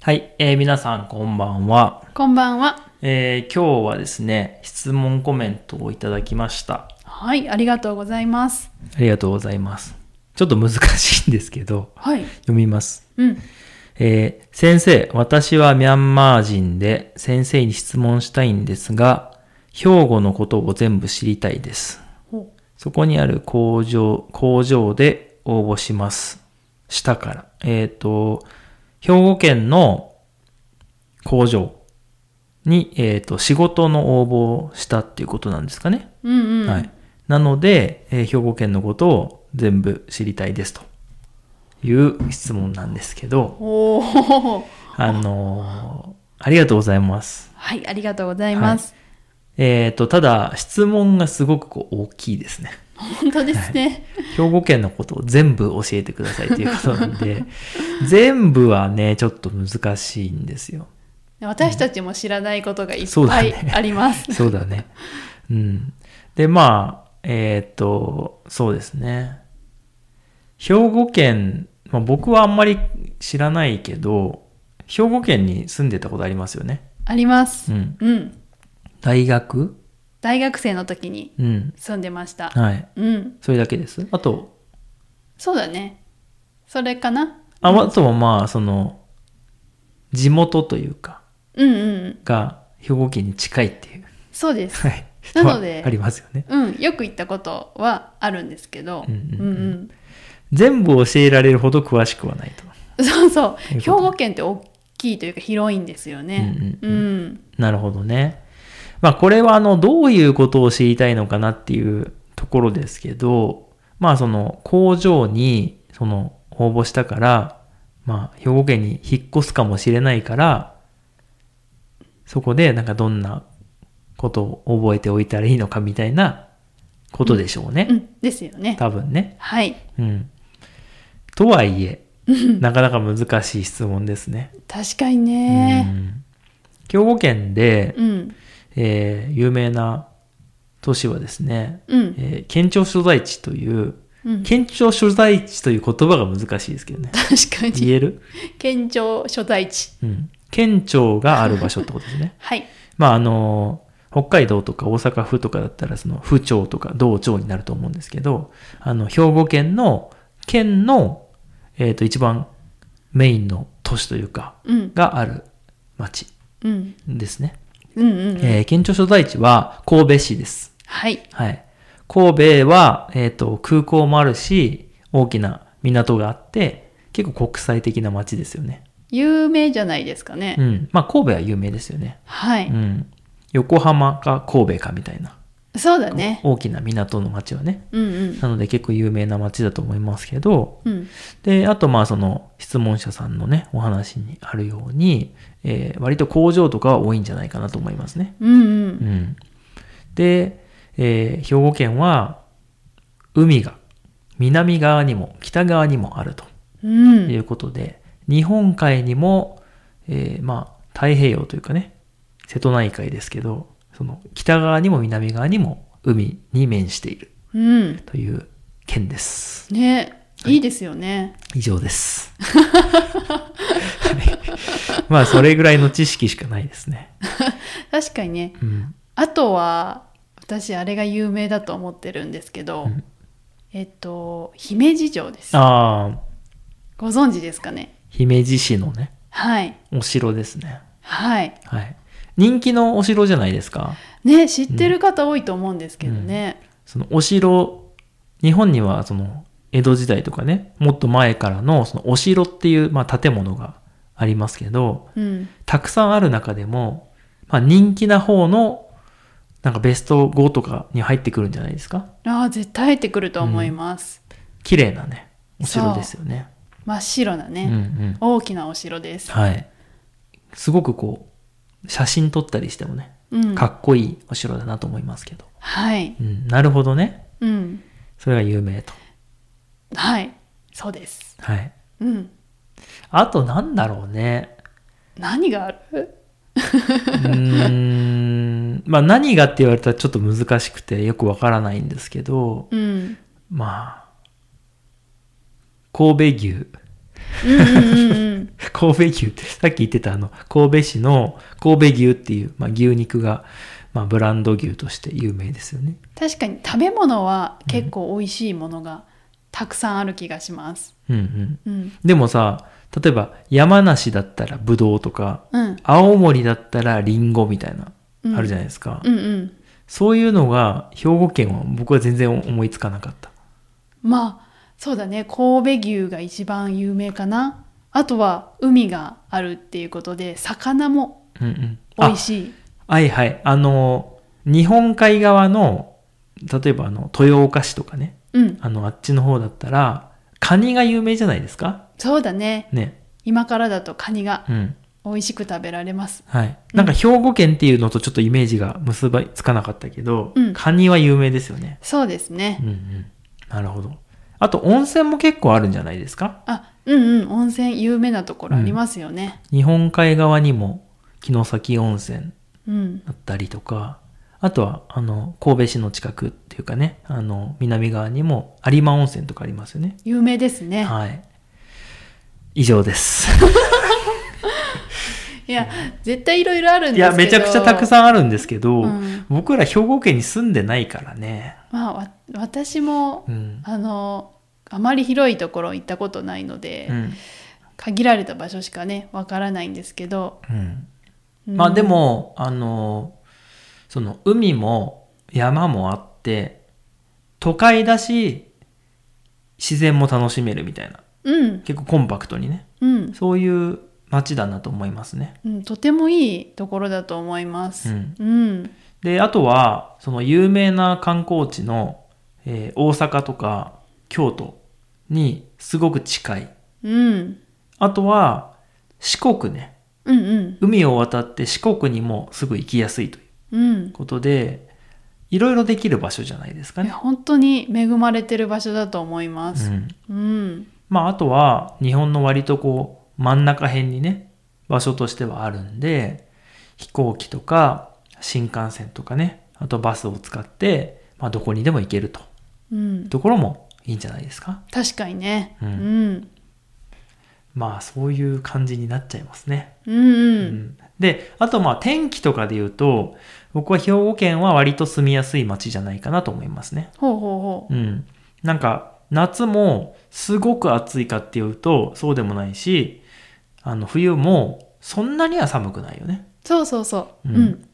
はい、えー皆さんこんばんは、こんばんは。えー今日はですね、質問コメントをいただきました。はい、ありがとうございます。ありがとうございます。ちょっと難しいんですけど、はい。読みます。うん。えー先生、私はミャンマー人で先生に質問したいんですが、兵庫のことを全部知りたいです。ほそこにある工場、工場で応募します。下から。えっ、と、兵庫県の工場に、えっ、と、仕事の応募をしたっていうことなんですかね。う。うんうん。はい。なので、えー兵庫県のことを全部知りたいですという質問なんですけど、おー。あのーありがとうございます。はい、ありがとうございます。えっ、と、ただ、質問がすごくこう大きいですね。本当ですね。兵庫県のことを全部教えてくださいということなん で、全部はね、ちょっと難しいんですよ。私たちも知らないことがいっそうだぱねいあります。そうだね。うん。で、まあ、えーっと、そうですね。兵庫県、まあ、僕はあんまり知らないけど、兵庫県に住んでたことありますよね。ありますう。ん。うん。大学大学生の時にうん。住んでました。はい。うん。それだけです。あと、そうだね。それかなああとはまあ、その、地元というか、うんうん。が兵庫県に近いっていう。そうです。はい。なのでありますよね。うん。よく行ったことはあるんですけど。ううんんううんうんん。全部教えられるほど詳しくはないと。そうそう。いうこと兵庫県って大きいというか広いんですよね。ううんんうなるほどね。まあこれはあのどういうことを知りたいのかなっていうところですけど、まあその工場にその応募したから、まあ兵庫県に引っ越すかもしれないから、そこでなんかどんなことを覚えておいたらいいのかみたいなことでしょうね。うん。ですよね。多分ね。はい。うん。とはいえ、 なかなか難しい質問ですね。確かにうね。ん兵庫県で、うん。えー有名な都市はですね、うん。えー県庁所在地という、うん、確県庁所在地という言葉が難しいですけどね。か言に。える、県庁所在地。。うん、県庁がある場所ってことですね はい。まあ、あのー北海道とか大阪府とかだったら、その府庁とか道庁になると思うんですけど、あの、兵庫県の、県の、えっ、と、一番メインの都市というか、うん。がある町うん。ですね。うんうん。えー県庁所在地は神戸市です。はい。はい。神戸は、えっ、と、空港もあるし、大きな港があって、結構国際的な街ですよね。有名じゃないですかね。うん。まあ、神戸は有名ですよね。はうい。ん。横浜か神戸かみたいな、そうだね。大きな港の街はね。うんうん。なので結構有名な街だと思いますけど、うん。で、あとまあその質問者さんのね、お話にあるように、えー割と工場とかは多いんじゃないかなと思いますね。うんう。うんん。で、えー兵庫県は、海が、南側にも北側にもあるとうん。いうことで、日本海にも、えーまあ、太平洋というかね、瀬戸内海ですけど、その北側にも南側にも海に面しているうん。という県です。ね。いいですよね。以上 です。はい まあ、それぐらいの知識しかないですね。確かにね。うん。あとは、私、あれが有名だと思ってるんですけど、うんえっと、姫路城です。ああ、ご存知ですかね。姫路市のね、はい。お城ですね。はい。はい。人気のお城じゃないですか。ね知ってる方多いと思うんですけどね、そのお城、日本にはその江戸時代とかね、もっと前からのそのお城っていう、まあ、建物がありますけど、うんたくさんある中でも、まあ、人気な方のなんかベスト5とかに入ってくるんじゃないですか。ああ絶対入ってくると思います、綺麗なね、お城ですよね。真っ白なうんうね、ん。大きなお城です、はい。すごくこう、写真撮ったりしてもね、うん、かっこいいお城だなと思いますけど。はいうん、なるほどね。うんそれが有名と。はいそうですはい。うんあとなんだろうね。何があるうーん。まあ何がって言われたらちょっと難しくてよくわからないんですけど、うんまあ、神戸牛。うんうんうん うん。神戸牛って、さっき言ってたあの、神戸市の神戸牛っていう、まあ、牛肉が、まあ、ブランド牛として有名ですよね。確かに食べ物は結構美味しいものがたくさんある気がします。うんうん。うん。でもさ、例えば山梨だったらブドウとか、うん。青森だったらリンゴみたいな、うんあるじゃないですか。うんうん。そういうのが、兵庫県は僕は全然思いつかなかった。まあ、そうだね。神戸牛が一番有名かな。あとは海があるっていうことで、魚もうんうん。美あ味しい。はいはい。あの、日本海側の、例えばあの、豊岡市とかね、うん。あの、あっちの方だったら、カニが有名じゃないですかそうだね。ね。今からだとカニがうん。美味しく食べられます。はい。なんか兵庫県っていうのとちょっとイメージが結びつかなかったけど、うんカニは有名ですよね。そうですねう。んうん。なるほど。あと温泉も結構あるんじゃないですかあ、うんうん。温泉有名なところありますよね。日本海側にも城崎温泉うん。だったりとか、あとは、あの、神戸市の近くっていうかね、あの、南側にも有馬温泉とかありますよね。有名ですね。はい。以上です。いや、絶対いろいろあるんいですけや、ど。めちゃくちゃたくん。さんあるんですけど、うん僕ら兵庫県に住んでないからね。まあ、わ私も、うん。あの、あまり広いところ行ったことないので、うん。限られた場所しかね、わからないんですけど。うん。うんまあで、も、あの、その、海も山もあって、都会だし、自然も楽しめるみたいな。うん、結構コンパクトにね。うん、そういう街だなと思いますね。うん、とてもいいところだと思います。うんうん、で、あとは、その有名な観光地の、えー大阪とか京都にすごく近い。うん、あとは、四国ね。うん、うん、海を渡って四国にもすぐ行きやすいというんう。ことで、いろいろできる場所じゃないですかいやね。本当に恵まれてる場所だと思いうます。ん。うん、まあ、あとは、日本の割とこう、真ん中辺にね、場所としてはあるんで、飛行機とか、新幹線とかね、あとバスを使って、まあ、どこにでも行けると。うん、ところもいいんじゃないですか。確かにね。ううんん、まあそういう感じになっちゃいますね。うん、う、うんんで、あとまあ天気とかで言うと、僕は兵庫県は割と住みやすい街じゃないかなと思いますね。ほうほうほう。うん。なんか夏もすごく暑いかっていうとそうでもないし、あの冬もそんなには寒くないよね。そうそうそう。うんうん、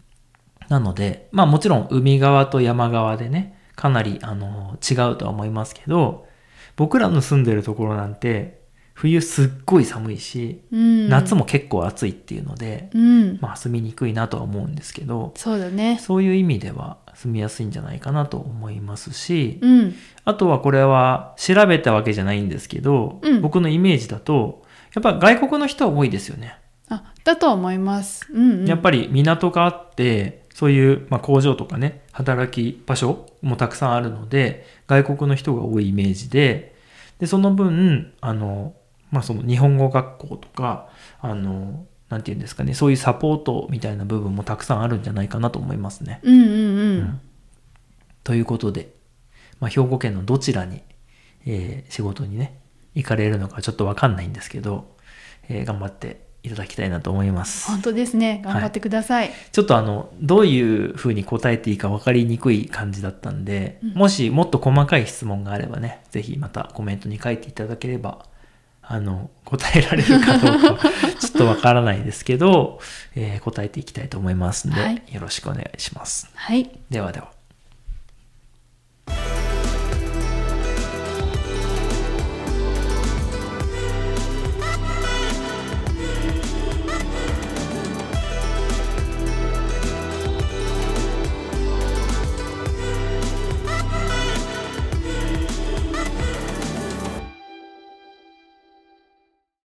なので、まあもちろん海側と山側でね、かなりあの違うとは思いますけど、僕らの住んでるところなんて冬すっごい寒いし、うん、夏。も結構暑いっていうので、うん、まあ住みにくいなとは思うんですけど、そうだね。そういう意味では住みやすいんじゃないかなと思いますし、うん、あとはこれは調べたわけじゃないんですけど、うん僕のイメージだと、やっぱ外国の人は多いですよね。あ、だと思います。うん、うん、やっぱり港があって、そういう、まあ、工場とかね、働き場所もたくさんあるので、外国の人が多いイメージで、で、その分、あの、まあ、その日本語学校とか、あの、なんて言うんですかね、そういうサポートみたいな部分もたくさんあるんじゃないかなと思いますね。うんうんうん、うんということで、まあ、兵庫県のどちらに、えー仕事にね、行かれるのかちょっとわかんないんですけど、えー頑張っていただきたいなと思います。本当ですね頑張ってください、ちょっとあの、どういう風に答えていいか分かりにくい感じだったんで、うんもしもっと細かい質問があればね、ぜひまたコメントに書いていただければ、あの、答えられるかどうか、 ちょっと分からないですけど、えー答えていきたいと思いますので、はいよろしくお願いします。はいではでは。